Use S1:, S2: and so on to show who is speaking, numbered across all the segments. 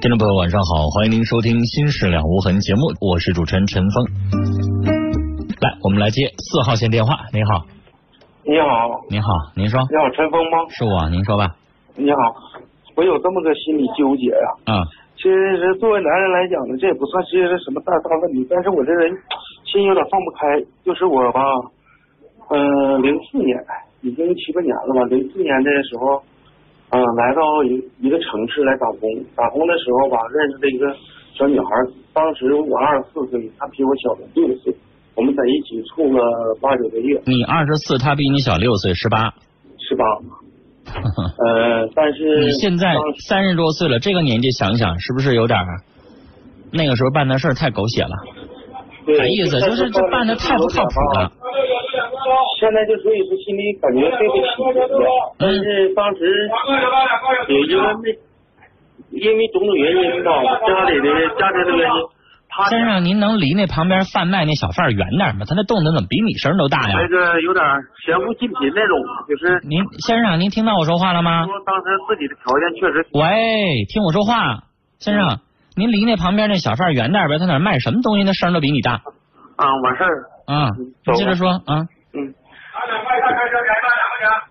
S1: 听众朋友，晚上好，欢迎您收听《新事了无痕》节目，我是主持人陈峰。来，我们来接四号线电话。您好，
S2: 你好，
S1: 您好，您说，
S2: 你好，陈峰吗？
S1: 是我，您说吧。
S2: 你好，我有这么个心理纠结呀、
S1: 嗯，
S2: 其实作为男人来讲呢，这也不算是什么大大问题，但是我这人心有点放不开，就是我吧，呃，零四年已经七八年了吧，零四年的时候，嗯、来到一一个城市来打工，打工的时候吧，认识了一个小女孩，当时我二十四岁，她比我小了六岁，我们在一起处了八九个月，
S1: 你二十四，他比你小六岁，十 八。
S2: 是吧？呃，但是
S1: 你现在
S2: 当时
S1: 三十多岁了，这个年纪想想是不是有点儿？那个时候办的事儿太狗血了，
S2: 对
S1: 啥意思？就是这办的太不靠谱了。。
S2: 现在就所以说心里感觉对不起自己，
S1: 嗯
S2: 但是当时也因为没，因为种种原因吧，家里的家庭的原因，他
S1: 先生，您能离那旁边贩卖那小贩儿远点儿吗？他那动静怎么比你声儿都大呀
S2: 那？个有点前赴近贫那种，就是
S1: 您先生，您听到我说话了吗？
S2: 说当时自己的条件确实
S1: 喂，听我说话，先
S2: 嗯
S1: 生，您离那旁边那小贩儿远点儿呗，他哪儿卖什么东西，那声儿都比你大
S2: 啊完事儿，
S1: 啊！你接着说啊！
S2: 嗯，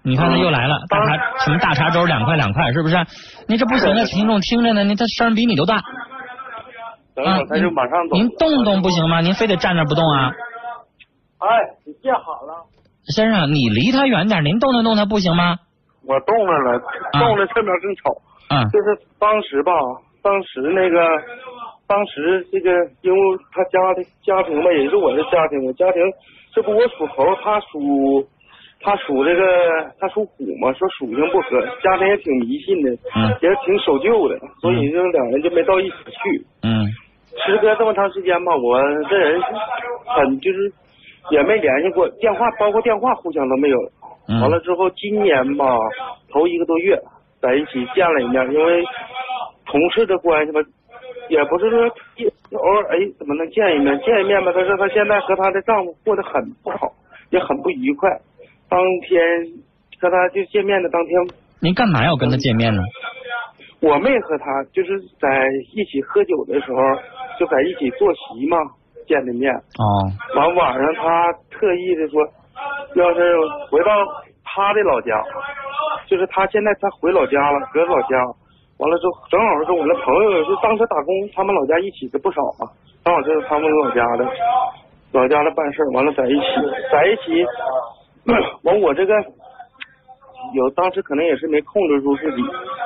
S1: 你看他又来了，大
S2: 嗯
S1: 茶什么大茶粥两块两块，是不是？你这不行啊，听众听着呢，您他声儿比你都大
S2: 等
S1: 啊
S2: 等！嗯他就马上走。
S1: 您动动不行吗？您非得站那儿不动啊？
S2: 哎，你别喊了，
S1: 先生，你离他远点儿，您动弹动弹不行吗？
S2: 我动了了，动了这边更吵。
S1: 啊，
S2: 就是当时吧，当时那个，当时这个，因为他家的家庭吧，也是我的家庭，我家庭这不我属猴，他属他属这个他属虎嘛，说属性不合，家庭也挺迷信的，
S1: 嗯
S2: 也挺守旧的，所以就两人就没到一起去。
S1: 嗯
S2: 时隔这么长时间吧，我这人很就是也没联系过，电话包括电话互相都没有。
S1: 嗯，
S2: 完了之后，今年吧，头一个多月在一起见了一面，因为同事的关系吧，也不是说一偶尔哎怎么能见一面，见一面吧，她说她现在和呃她的丈夫过得很不好，也很不愉快。当天和她就见面的当天，
S1: 您干嘛要跟他见面呢？
S2: 我妹和她就是在一起喝酒的时候，就在一起坐席嘛见的面。
S1: 哦，
S2: 完晚上她特意的说，要是回到她的老家，就是她现在她回老家了，搁老家，完了之后正好是我那朋友，就当时打工，他们老家一起的不少嘛，正好就是他们老家的，老家的办事儿完了在一起，在一起， 完我这个有当时可能也是没控制住自己，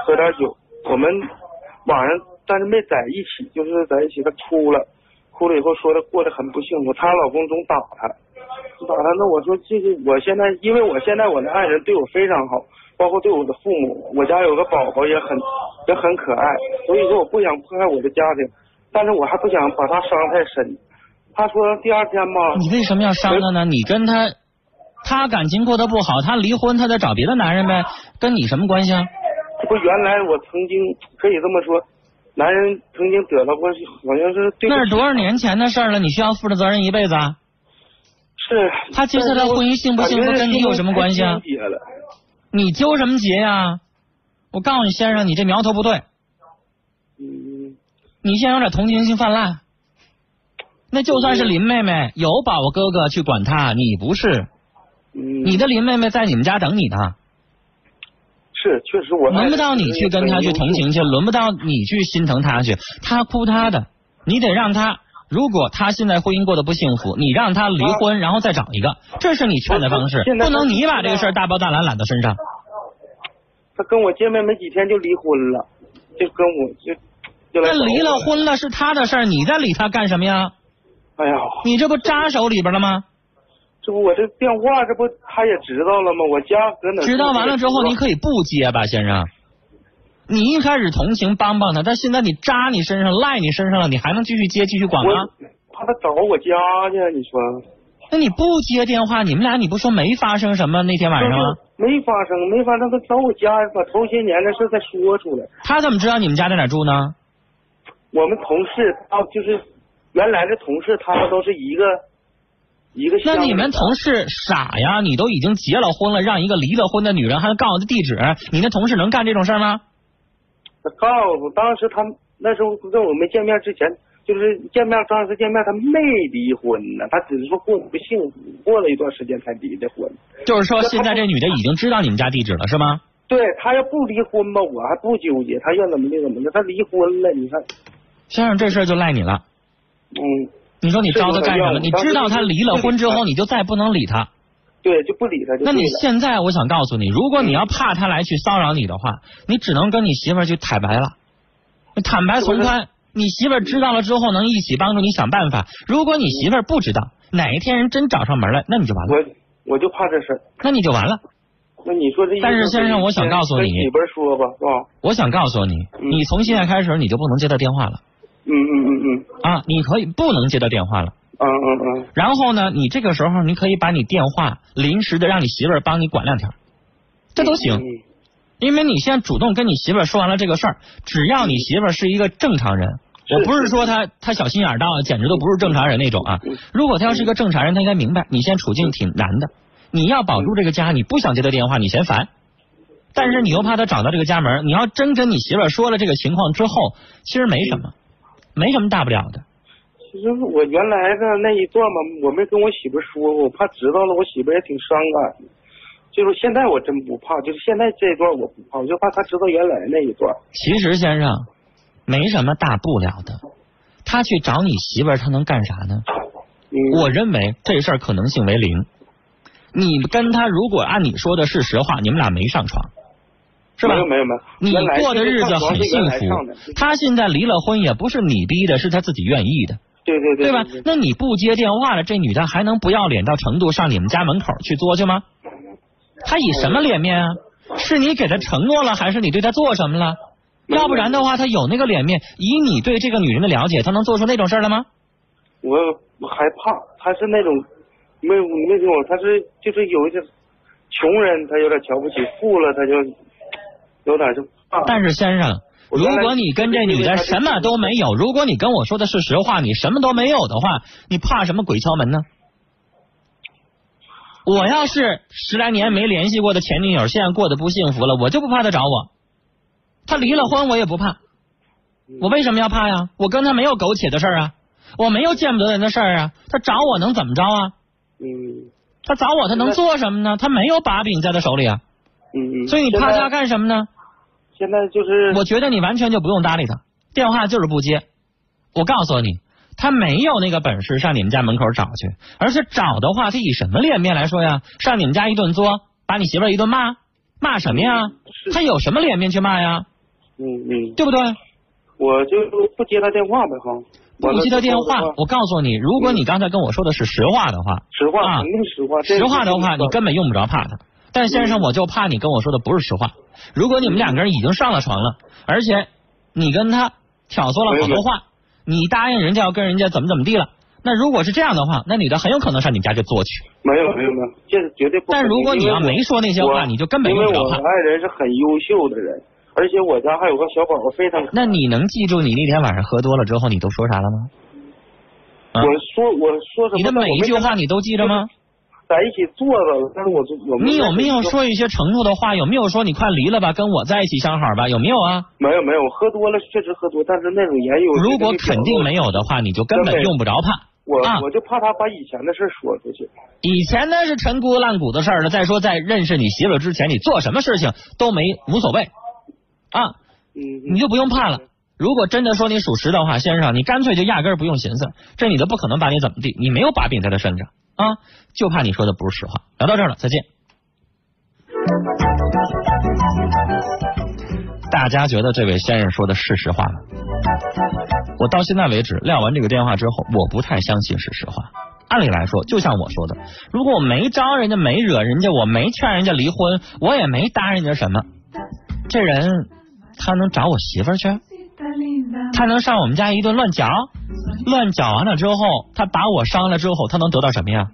S2: 喝点酒，我们晚上但是没在一起，就是在一起她哭了。哭了以后说她过得很不幸福，她老公总打她，打她。那我说这个，我现在因为我现在我的爱人对我非常好，包括对我的父母，我家有个宝宝也很也很可爱，所以说我不想破坏我的家庭，但是我还不想把她伤太深。她说第二天吧，
S1: 你为什么要伤他呢？你跟他，他感情过得不好，他离婚，他再找别的男人呗，跟你什么关系啊？
S2: 不原来我曾经可以这么说，男人曾经得到过好像是对不
S1: 那是
S2: 起
S1: 多少年前的事儿了，你需要负的责任一辈子啊？
S2: 是
S1: 他接下来婚姻幸不幸福跟你有什么关系啊
S2: 感觉是纠结了
S1: 你纠什么结呀、我告诉你，先生，你这苗头不对，
S2: 嗯，
S1: 你现在有点同情心泛滥。那就算是林妹妹有宝宝哥哥去管她，你不是，
S2: 嗯
S1: 你的林妹妹在你们家等你呢，
S2: 是确实我
S1: 轮不到你去跟她去同情去，轮不到你去心疼她去，她哭她的，你得让她。如果她现在婚姻过得不幸福，你让她离婚，然后再找一个，这是你劝的方式，
S2: 啊现在
S1: 不能你把这个事儿大包大揽揽到身上。
S2: 他跟我见面没几天就离婚了，就跟我就就来
S1: 那离
S2: 找
S1: 了
S2: 我。
S1: 婚了是她的事儿，你再理她干什么呀？
S2: 哎呀，
S1: 你这不扎手里边了吗？
S2: 这不我这电话这不他也知道了吗？我家搁哪儿？
S1: 知道完了之后，你可以不接吧，先生。你一开始同情帮帮他，但现在你扎你身上、赖你身上了，你还能继续接、继续管吗？
S2: 我怕他找我家去，你说
S1: 那你不接电话，你们俩你不说没发生什么那天晚上
S2: 嗯
S1: 吗？
S2: 没发生，没发生，他找我家把头些年的事再说出来。
S1: 他怎么知道你们家在哪儿住呢？
S2: 我们同事啊，就是原来的同事，他们都是一个一个乡
S1: 那
S2: 里的。
S1: 你们同事傻呀？你都已经结了婚了，让一个离了婚的女人还告诉他地址，你那同事能干这种事儿吗？
S2: 他告诉当时他那时候跟我没见面之前，就是见面刚开始见面，他没离婚呢，他只是说过得不幸福，过了一段时间才离的婚。
S1: 就是说现在这女的已经知道你们家地址了是吗？
S2: 对他要不离婚吧，我还不纠结，他愿怎么的怎么的，他离婚了，你看，
S1: 先生，这事儿就赖你了。
S2: 嗯，
S1: 你说你招他干什么？
S2: 是
S1: 你
S2: 我的
S1: 知道他离了婚之
S2: 当
S1: 后，
S2: 时
S1: 你就再不能理他。
S2: 对，就不理他就
S1: 那你
S2: 对嗯了。
S1: 现在我想告诉你，如果你要怕他来去骚扰你的话，你只能跟你媳妇儿去坦白了，坦白从宽。你媳妇儿知道了之后，能一起帮助你想办法。如果你媳妇儿不知道，哪一天人真找上门来，那你就完了，
S2: 我我就怕这事儿。
S1: 那你就完了。
S2: 那你说这意思？
S1: 但是先生我想告诉你
S2: 跟媳妇儿说吧，是吧？
S1: 我想告诉你，
S2: 嗯
S1: 你从现在开始你就不能接他电话了
S2: 嗯嗯嗯嗯
S1: 啊！你可以不能接他电话了。
S2: 嗯嗯嗯，
S1: 然后呢，你这个时候你可以把你电话临时的让你媳妇儿帮你管两天，这都行。
S2: 嗯
S1: 因为你现在主动跟你媳妇儿说完了这个事儿，只要你媳妇儿是一个正常人，
S2: 是
S1: 我不是说她她小心眼儿大，简直都不是正常人那种啊
S2: 嗯。
S1: 如果她要是一个正常人，她应该明白你现在处境挺难的，你要保住这个家，你不想接她电话，你嫌烦。但是你又怕她找到这个家门儿，你要真跟你媳妇儿说了这个情况之后，其实没什么，没什么大不了的。
S2: 其实我原来的那一段嘛，我没跟我媳妇说过，我怕知道了，我媳妇也挺伤感的。就是现在我真不怕，就是现在这一段我不怕，我就怕她知道原来那一段。
S1: 其实先生，没什么大不了的。他去找你媳妇儿，他能干啥呢？
S2: 嗯，
S1: 我认为这事儿可能性为零。你跟他如果按你说的是实话，你们俩没上床，是吧
S2: 没？有没有没有，
S1: 你
S2: 原来
S1: 过的
S2: 这个
S1: 日子
S2: 上床
S1: 很
S2: 是
S1: 幸
S2: 原来上的
S1: 福。他现在离了婚，也不是你逼的，是他自己愿意的，
S2: 对对
S1: 对吧
S2: 对？
S1: 那你不接电话了，这女的还能不要脸到程度上你们家门口去作去吗？她以什么脸面啊？是你给她承诺了，还是你对她做什么了？要不然的话，她有那个脸面？以你对这个女人的了解，她能做出那种事儿来吗？
S2: 我我害怕，他是那种没有那种，他是就是有一些穷人，他有点瞧不起富了，他就有点就怕。
S1: 但是先生，
S2: 我
S1: 如
S2: 原来
S1: 果你跟这女的什么都没 有，如果你跟我说的是实话，你什么都没有的话，你怕什么鬼敲门呢？我要是十来年没联系过的前女友，现在过得不幸福了，我就不怕她找我。她离了婚，我也不怕。我为什么要怕呀？我跟她没有苟且的事儿啊，我没有见不得人的事儿啊。她找我能怎么着啊？
S2: 嗯
S1: 她找我，她能做什么呢？她没有把柄在她手里啊，
S2: 嗯嗯，
S1: 所以你怕她干什么呢？
S2: 现在现在就是
S1: 我觉得你完全就不用搭理他，电话就是不接。我告诉你，他没有那个本事上你们家门口找去，而且找的话，他以什么脸面来说呀？上你们家一顿作，把你媳妇儿一顿骂，骂什么呀？
S2: 是
S1: 他有什么脸面去骂呀？
S2: 嗯嗯，
S1: 对不对？
S2: 我就不接他电话呗哈，完
S1: 不
S2: 了
S1: 接他电
S2: 之
S1: 话
S2: 后的，
S1: 我告诉你，如果你刚才跟我说的是实话的话，
S2: 实
S1: 啊
S2: 话肯定实话，这
S1: 实话的话，
S2: 这
S1: 你根本用不着怕他。但先
S2: 嗯
S1: 生，我就怕你跟我说的不是实话。如果你们两个人已经上了床了，而且你跟他挑唆了好多话，你答应人家要跟人家怎么怎么地了，那如果是这样的话，那女的很有可能上你们家去做去。
S2: 没有没有没有，这是绝对不可能。
S1: 但如果你要没说那些
S2: 我
S1: 话，你就根本
S2: 因
S1: 用
S2: 为
S1: 不着
S2: 我
S1: 怕。
S2: 爱人是很优秀的人，而且我家还有个小宝宝非常可爱
S1: 那你能记住你那天晚上喝多了之后你都说啥了吗？啊
S2: 我说我说什么？
S1: 你的每一句话你都记着吗？
S2: 在一起坐着，但是我就我
S1: 你有没有？说一些承诺的话？有没有说你快离了吧，跟我在一起相好吧？有没有啊？
S2: 没有没有，我喝多了确实喝多，但是那种言语我
S1: 如
S2: 绝对
S1: 果
S2: 没
S1: 肯定
S2: 表
S1: 没有的话，你就根本用不着怕。
S2: 露，
S1: 啊
S2: 我我就怕他把以前的事儿说出去。
S1: 以前呢是陈姑烂谷的事儿了。再说，在认识你媳妇儿之前，你做什么事情都没无所谓啊，
S2: 嗯，
S1: 你就不用怕了。如果真的说你属实的话，先生，你干脆就压根儿不用寻思，这女的不可能把你怎么地，你没有把柄在她身上啊，就怕你说的不是实话。聊到这儿了，再见。大家觉得这位先生说的是实话吗？我到现在为止撂完这个电话之后，我不太相信是实话。按理来说，就像我说的，如果我没招人家，没惹人家，我没劝人家离婚，我也没搭人家什么，这人他能找我媳妇儿去？他能上我们家一顿乱搅？乱搅完了之后，他把我伤了之后，他能得到什么呀？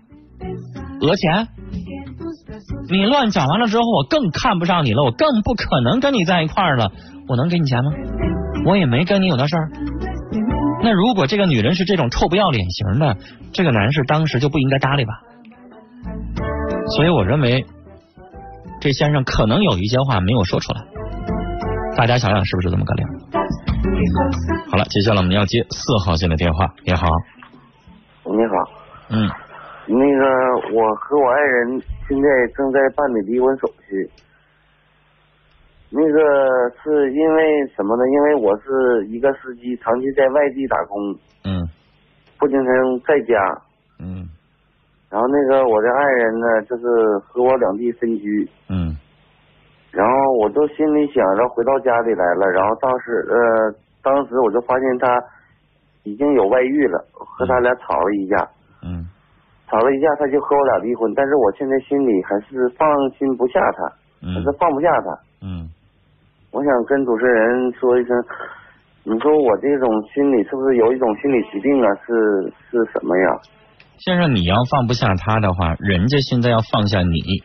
S1: 讹钱？你乱搅完了之后，我更看不上你了，我更不可能跟你在一块儿了。我能给你钱吗？我也没跟你有那事儿。那如果这个女人是这种臭不要脸型的，这个男士当时就不应该搭理吧？所以我认为，这先生可能有一些话没有说出来。大家想想是不是这么个理儿？好了，接下来我们要接四号线的电话。你好，
S2: 你好，
S1: 嗯，
S2: 那个我和我爱人现在正在办理离婚手续。那个是因为什么呢？因为我是一个司机，长期在外地打工，
S1: 嗯，
S2: 不经常在家。
S1: 嗯，
S2: 然后那个我的爱人呢，就是和我两地分居。
S1: 嗯，
S2: 然后我就心里想着回到家里来了，然后当时呃，当时我就发现他已经有外遇了，和他俩吵了一架。
S1: 嗯，
S2: 吵了一架，他就和我俩离婚。但是我现在心里还是放心不下他，
S1: 嗯
S2: 还是，放不下他。
S1: 嗯，
S2: 我想跟主持人说一声，你说我这种心理是不是有一种心理疾病啊？是是什么呀？
S1: 先生，你要放不下他的话，人家现在要放下你。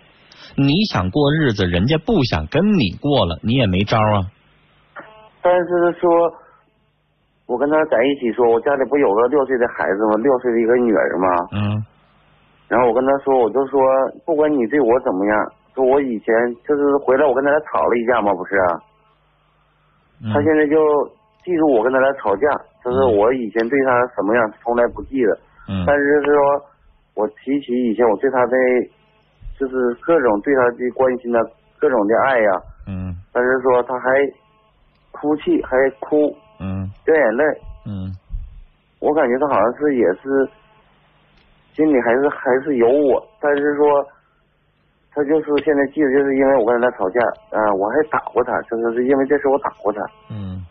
S1: 你想过日子，人家不想跟你过了，你也没招啊。
S2: 但是说，我跟他在一起说，我家里不有个六岁的孩子吗？六岁的一个女儿吗？
S1: 嗯
S2: 然后我跟他说，我就说，不管你对我怎么样，说我以前就是回来我跟他俩吵了一架嘛，不是啊、
S1: 嗯
S2: 他现在就记住我跟他俩吵架，就是
S1: 嗯
S2: 我以前对他什么样，从来不记得。
S1: 嗯
S2: 但是就是说，我提起以前我对他的，就是各种对他的关心呐，啊各种的爱呀、
S1: 嗯
S2: 但是说他还哭泣，还哭
S1: 嗯
S2: 掉眼泪，
S1: 嗯
S2: 我感觉他好像是也是心里还是还是有我，但是说他就是现在记得，就是因为我跟他吵架啊、我还打过他，就是是因为这事我打过他。
S1: 嗯。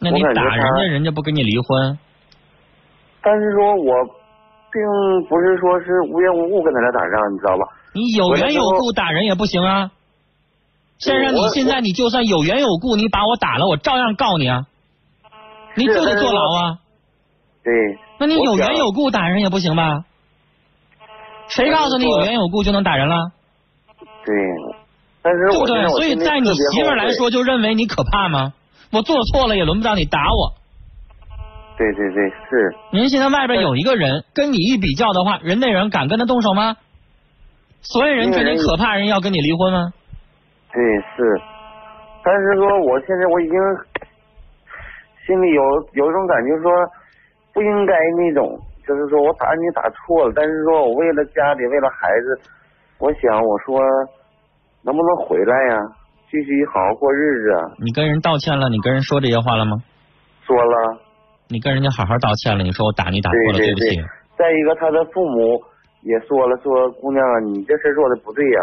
S1: 那你
S2: 我感觉
S1: 打人
S2: 他
S1: 家，人家不跟你离婚。
S2: 但是说我并不是说是无缘无故跟他俩打仗，你知道吧？
S1: 你有缘有故打人也不行啊，先生，你
S2: 我
S1: 现在你就算有缘有故，你把我打了，我照样告你啊，你就得坐牢啊。
S2: 对，
S1: 那你
S2: 我
S1: 有缘
S2: 想
S1: 有故打人也不行吧？谁告诉你有缘有故就能打人了？
S2: 对，但是
S1: 对不
S2: 我现
S1: 对
S2: 在？我
S1: 所以
S2: 心里
S1: 在你
S2: 特别
S1: 媳妇儿
S2: 后
S1: 来，
S2: 悔
S1: 说，就认为你可怕吗？我做错了也轮不到你打我。
S2: 对对对是，
S1: 您现在外边有一个人跟你一比较的话，人那人敢跟他动手吗？所以人
S2: 那
S1: 觉
S2: 个
S1: 得你
S2: 人
S1: 可怕，人要跟你离婚吗？
S2: 对是，但是说我现在我已经心里有有一种感觉说不应该那种，就是说我打你打错了，但是说我为了家里为了孩子，我想我说能不能回来呀、继续好好过日子啊？
S1: 你跟人道歉了，你跟人说这些话了吗？
S2: 说了。
S1: 你跟人家好好道歉了，你说我打你打错了，
S2: 对
S1: 对
S2: 对
S1: 不起
S2: 对。再一个，他的父母也说了，说姑娘啊，你这事儿做的不对呀、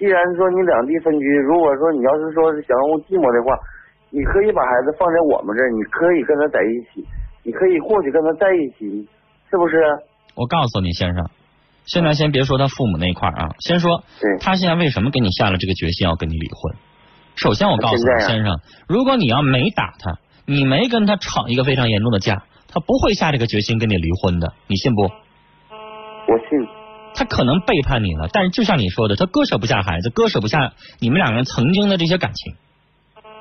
S2: 既然说你两地分居，如果说你要是说是想让我寂寞的话，你可以把孩子放在我们这儿，你可以跟他在一起，你可以过去跟他在一起，是啊不是？
S1: 我告诉你，先生，现在先别说他父母那一块儿啊，先说
S2: 对
S1: 他现在为什么跟你下了这个决心要跟你离婚。首先，我告诉
S2: 现
S1: 你，
S2: 在啊
S1: 先生，如果你要没打他，你没跟他吵一个非常严重的架，他不会下这个决心跟你离婚的，你信不？
S2: 我信，
S1: 他可能背叛你了，但是就像你说的，他割舍不下孩子，割舍不下你们两个人曾经的这些感情。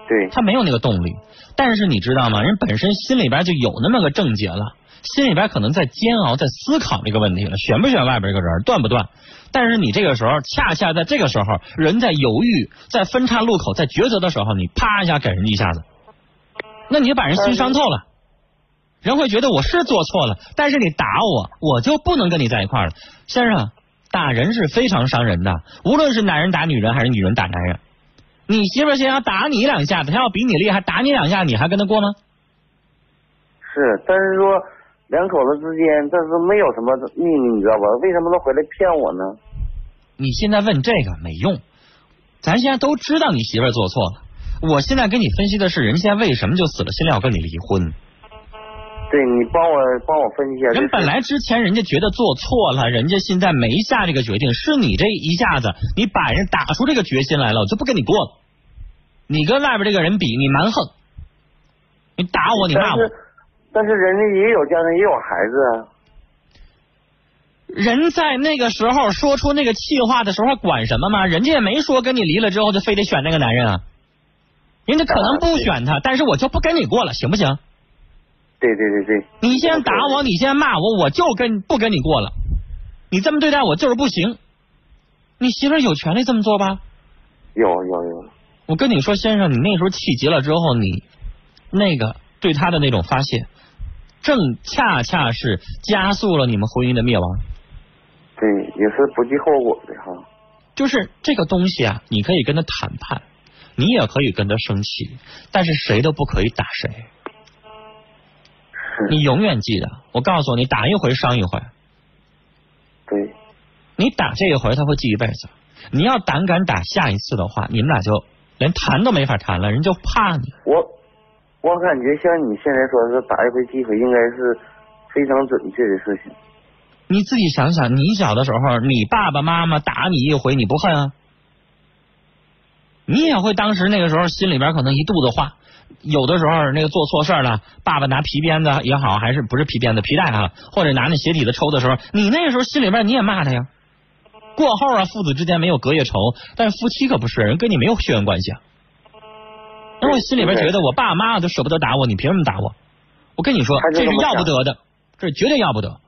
S2: 对
S1: 他没有那个动力。但是你知道吗？人本身心里边就有那么个症结了，心里边可能在煎熬，在思考这个问题了，选不选外边这个人，断不断？但是你这个时候，恰恰在这个时候，人在犹豫，在分岔路口，在抉择的时候，你啪一下给人一下子，那你把人心伤透了。人会觉得我是做错了，但是你打我，我就不能跟你在一块儿了，先生。打人是非常伤人的，无论是男人打女人还是女人打男人，你媳妇儿先要打你两下子，她要比你厉害，打你两下，你还跟她过吗？
S2: 是，但是说两口子之间，但是没有什么秘密，你知道吧？为什么他回来骗我呢？
S1: 你现在问这个没用，咱现在都知道你媳妇儿做错了。我现在跟你分析的是，人现在为什么就死了心了要跟你离婚？
S2: 对你帮我帮我分析一下，这
S1: 人
S2: 事
S1: 本来之前人家觉得做错了，人家现在没下这个决定，是你这一下子你把人打出这个决心来了，我就不跟你过了。你跟外边这个人比，你蛮横，你打我，你骂我
S2: 但，是但是人家也有家庭，也有孩子啊。
S1: 人在那个时候说出那个气话的时候，还管什么吗？人家也没说跟你离了之后就非得选那个男人啊，人家可能不选他，但是我就不跟你过了，行不行？
S2: 对对对对，
S1: 你先打我，你先骂我，我就跟不跟你过了。你这么对待我就是不行，你媳妇儿有权利这么做吧？
S2: 有有有，
S1: 我跟你说，先生，你那时候气急了之后，你那个对他的那种发泄，正恰恰是加速了你们婚姻的灭亡。
S3: 对，也是不计后果的哈。
S1: 就是这个东西啊，你可以跟他谈判，你也可以跟他生气，但是谁都不可以打谁。
S3: 是，
S1: 你永远记得，我告诉你，打一回伤一回。
S3: 对，
S1: 你打这一回，他会记一辈子。你要胆敢打下一次的话，你们俩就连谈都没法谈了，人就怕你。
S3: 我我感觉像你现在说的是打一回机会，应该是非常准确的事情。
S1: 你自己想想，你小的时候，你爸爸妈妈打你一回，你不恨啊？你也会当时那个时候心里边可能一肚子话，有的时候那个做错事儿了，爸爸拿皮鞭子也好，还是不是皮鞭子皮带啊，或者拿那鞋底子抽的时候，你那个时候心里边你也骂他呀。过后啊，父子之间没有隔夜仇，但是夫妻可不是，人跟你没有血缘关系啊。那我心里边觉得我爸妈都舍不得打我，你凭什么打我？我跟你说
S3: 他，就
S1: 这
S3: 这
S1: 是
S3: 么
S1: 要
S3: 想
S1: 不得的，这是绝对要不得。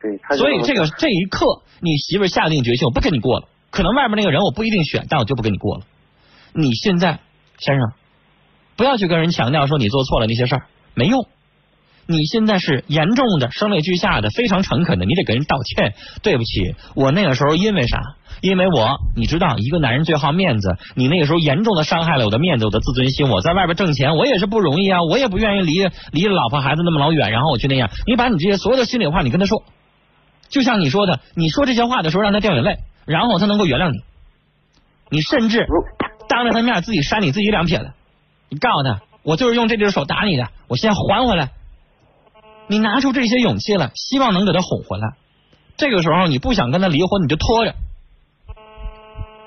S3: 对，他就
S1: 所以
S3: 么
S1: 这个这一刻，你媳妇儿下定决心，我不跟你过了。可能外面那个人我不一定选，但我就不跟你过了。你现在，先生，不要去跟人强调说你做错了那些事儿，没用。你现在是严重的、声泪俱下的、非常诚恳的，你得给人道歉。对不起，我那个时候因为啥？因为我，你知道，一个男人最好面子。你那个时候严重的伤害了我的面子，我的自尊心。我在外边挣钱，我也是不容易啊，我也不愿意离离老婆孩子那么老远，然后我去那样。你把你这些所有的心里话，你跟他说，就像你说的，你说这些话的时候让他掉眼泪，然后他能够原谅你。你甚至
S3: 如
S1: 当着他面自己扇你自己两撇子，你告诉他，我就是用这只手打你的，我现在还回来。你拿出这些勇气来，希望能给他哄回来。这个时候你不想跟他离婚，你就拖着。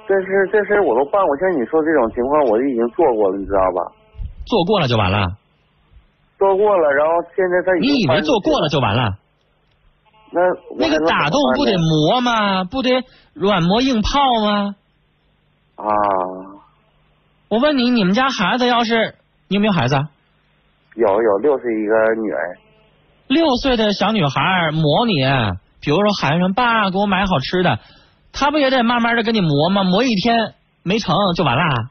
S3: 这事这事我都办过，像你说这种情况我就已经做过了，你知道吧？
S1: 做过了就完了，
S3: 做过了，然后现在他已经
S1: 你以为做过了就完了？
S3: 那我
S1: 那
S3: 还
S1: 个
S3: 能
S1: 打
S3: 怎么
S1: 斗
S3: 办
S1: 不
S3: 呢
S1: 得磨吗？不得软磨硬泡吗？
S3: 啊？
S1: 我问你，你们家孩子要是你有没有孩子啊？
S3: 有有六岁一个女儿，
S1: 六岁的小女孩磨你，比如说喊一声“爸，给我买好吃的”，她不也得慢慢的跟你磨吗？磨一天没成就完啦，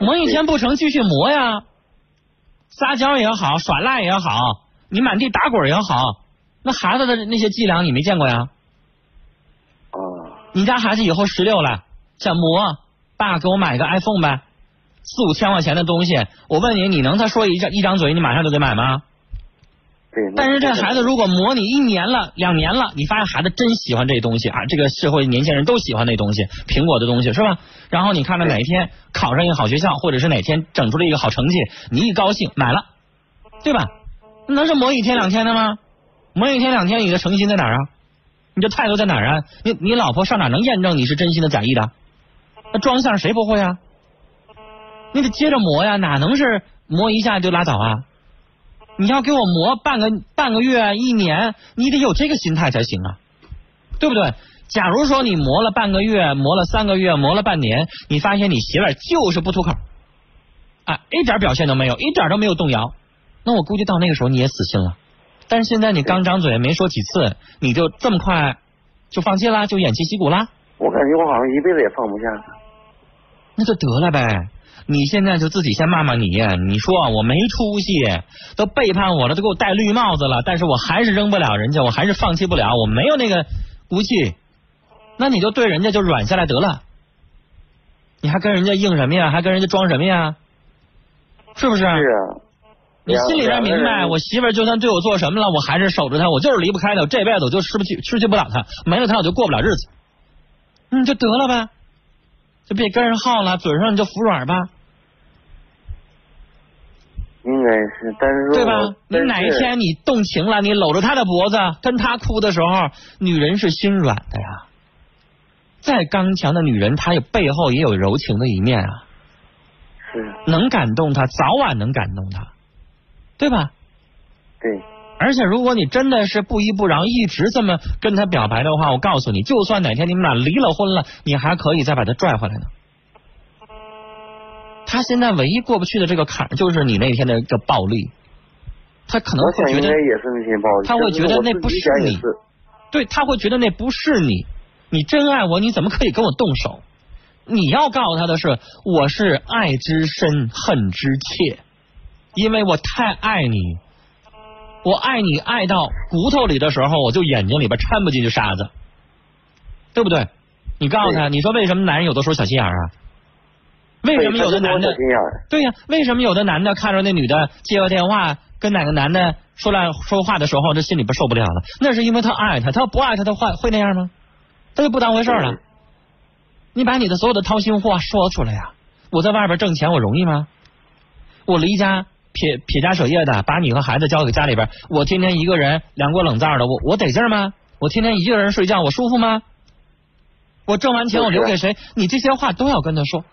S1: 磨一天不成继续磨呀，撒娇也好，耍赖也好，你满地打滚也好，那孩子的那些伎俩你没见过呀？
S3: 啊，
S1: 你家孩子以后十六了，想磨，爸给我买个 iPhone 呗，四五千块钱的东西，我问你，你能他说一张一张嘴，你马上就得买吗？
S3: 对。那
S1: 但是这孩子如果磨你一年了、两年了，你发现孩子真喜欢这东西啊，这个社会年轻人都喜欢那东西，苹果的东西是吧？然后你看看哪一天考上一个好学校，或者是哪天整出了一个好成绩，你一高兴买了，对吧？能是磨一天两天的吗？磨一天两天，你的诚心在哪儿啊？你的态度在哪儿啊？你你老婆上哪能验证你是真心的假意的？那装相谁不会啊？你得接着磨呀，哪能是磨一下就拉倒啊？你要给我磨半个半个月一年，你得有这个心态才行啊，对不对？假如说你磨了半个月，磨了三个月，磨了半年，你发现你媳妇儿就是不吐口，啊，一点表现都没有，一点都没有动摇，那我估计到那个时候你也死心了。但是现在你刚张嘴没说几次，你就这么快就放弃啦，就偃旗息鼓啦？
S3: 我感觉我好像一辈子也放不下
S1: 啊
S3: 他。
S1: 那就得了呗。你现在就自己先骂骂你，你说我没出息，都背叛我了，都给我戴绿帽子了，但是我还是扔不了人家，我还是放弃不了，我没有那个骨气。那你就对人家就软下来得了，你还跟人家硬什么呀？还跟人家装什么呀？是不是？
S3: 是啊，
S1: 你心里边明白，我媳妇儿就算对我做什么了，我还是守着她，我就是离不开她，我这辈子我就失不去，失去不了她，没了她我就过不了日子。嗯，就得了呗，就别跟人耗了，嘴上你就服软吧，
S3: 应该是，但是说
S1: 对
S3: 我
S1: 吧？你哪一？天你动情了，你搂着她的脖子，跟她哭的时候，女人是心软的呀。再刚强的女人，她有背后也有柔情的一面啊。
S3: 但是是，
S1: 能感动他，早晚能感动他，对吧？
S3: 对，
S1: 而且如果你真的是不依不饶，一直这么跟他表白的话，我告诉你，就算哪天你们俩离了婚了，你还可以再把他拽回来呢。他现在唯一过不去的这个坎儿，就是你那天的一个暴力，他可能
S3: 我
S1: 会
S3: 想
S1: 觉
S3: 应
S1: 得
S3: 该也是内心暴力。
S1: 他会
S3: 就是
S1: 觉得
S3: 我
S1: 那
S3: 自
S1: 不
S3: 己
S1: 是
S3: 想也
S1: 你对他会觉得那不是你，你真爱我，你怎么可以跟我动手？你要告诉他的是，我是爱之深，恨之切，因为我太爱你，我爱你爱到骨头里的时候，我就眼睛里边掺不进去沙子，对不对？你告诉他，
S3: 对
S1: 你说为什么男人有的时候小心眼儿啊？为什么有的男的
S3: 小心眼儿？
S1: 对呀、为什么有的男的看着那女的接个电话，跟哪个男的说来说话的时候，这心里边受不了了？那是因为他爱他，他要不爱他的话，会那样吗？他就不当回事儿了
S3: 嗯。
S1: 你把你的所有的掏心话说出来呀、我在外边挣钱，我容易吗？我离家撇撇家舍业的，把你和孩子交给家里边，我天天一个人凉锅冷灶的，我我得劲儿吗？我天天一个人睡觉，我舒服吗？我挣完钱我留给谁？你这些话都要跟他说，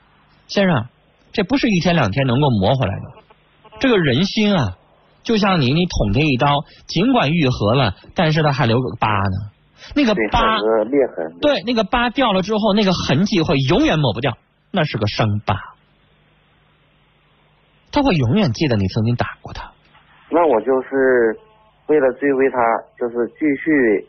S1: 先生，这不是一天两天能够磨回来的。这个人心啊，就像你你捅他一刀，尽管愈合了，但是他还留个疤呢。那个
S3: 对，
S1: 疤
S3: 有个裂痕。
S1: 对，那个疤掉了之后，那个痕迹会永远抹不掉，那是个伤疤。他会永远记得你曾经打过他。
S3: 那我就是为了追回他，就是继续，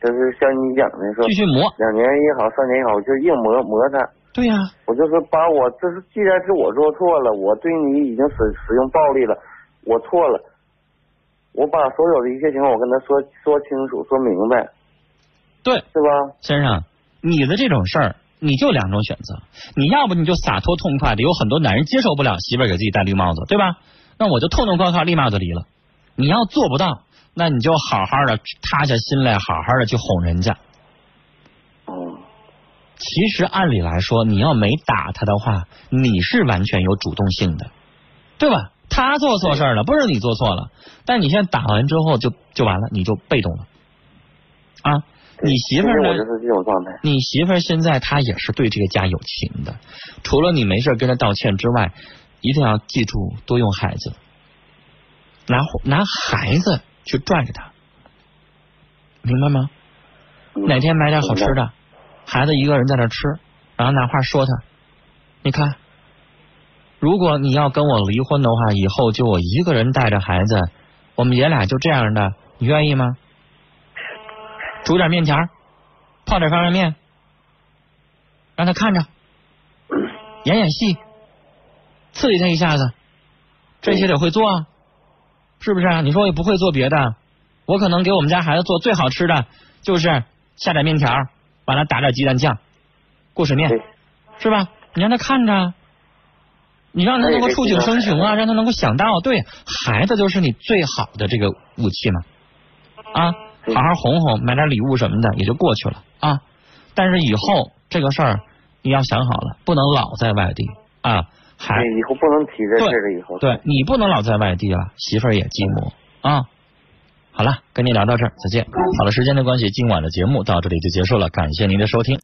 S3: 就是像你讲的说
S1: 继，续磨。
S3: 两年也好，三年也好，我就硬磨磨他。
S1: 对呀、
S3: 我就是把我，就是既然是我做错了，我对你已经使使用暴力了，我错了，我把所有的一切情况我跟他说说清楚，说明白，
S1: 对，
S3: 是吧？
S1: 先生，你的这种事儿，你就两种选择，你要不你就洒脱痛快的，有很多男人接受不了媳妇儿给自己戴绿帽子，对吧？那我就痛痛快快立马就离了。你要做不到，那你就好好的塌下心来，好好的去哄人家。
S3: 嗯，
S1: 其实按理来说，你要没打他的话，你是完全有主动性的，对吧？他做错事儿了，不是你做错了。但你现在打完之后就就完了，你就被动了啊！
S3: 对
S1: 你媳妇
S3: 其实
S1: 儿
S3: 我
S1: 呢
S3: 就？是这种状态。
S1: 你媳妇儿现在她也是对这个家有情的，除了你没事儿跟她道歉之外，一定要记住多用孩子，拿拿孩子去拽她，明白吗？
S3: 嗯
S1: 哪天买点好吃
S3: 明白
S1: 的，孩子一个人在那吃，然后拿话说他，你看，如果你要跟我离婚的话，以后就我一个人带着孩子，我们爷俩就这样的，你愿意吗？煮点面条儿，泡点方便面，让他看着，演演戏，刺激他一下子，这些得会做啊，是不是啊？你说我也不会做别的，我可能给我们家孩子做最好吃的就是下点面条儿，完了打点鸡蛋酱，过水面
S3: 对，
S1: 是吧？你让他看着，你让他能够触景生情啊，让他能够想到，对，孩子就是你最好的这个武器嘛，啊，
S3: 对
S1: 好好哄哄，买点礼物什么的也就过去了啊。但是以后这个事儿你要想好了，不能老在外地啊，还
S3: 对，以后不能提这事儿了，以后。
S1: 对你不能老在外地了，媳妇儿也寂寞啊。好了，跟您聊到这儿，再见。好了，时间的关系，今晚的节目到这里就结束了，感谢您的收听。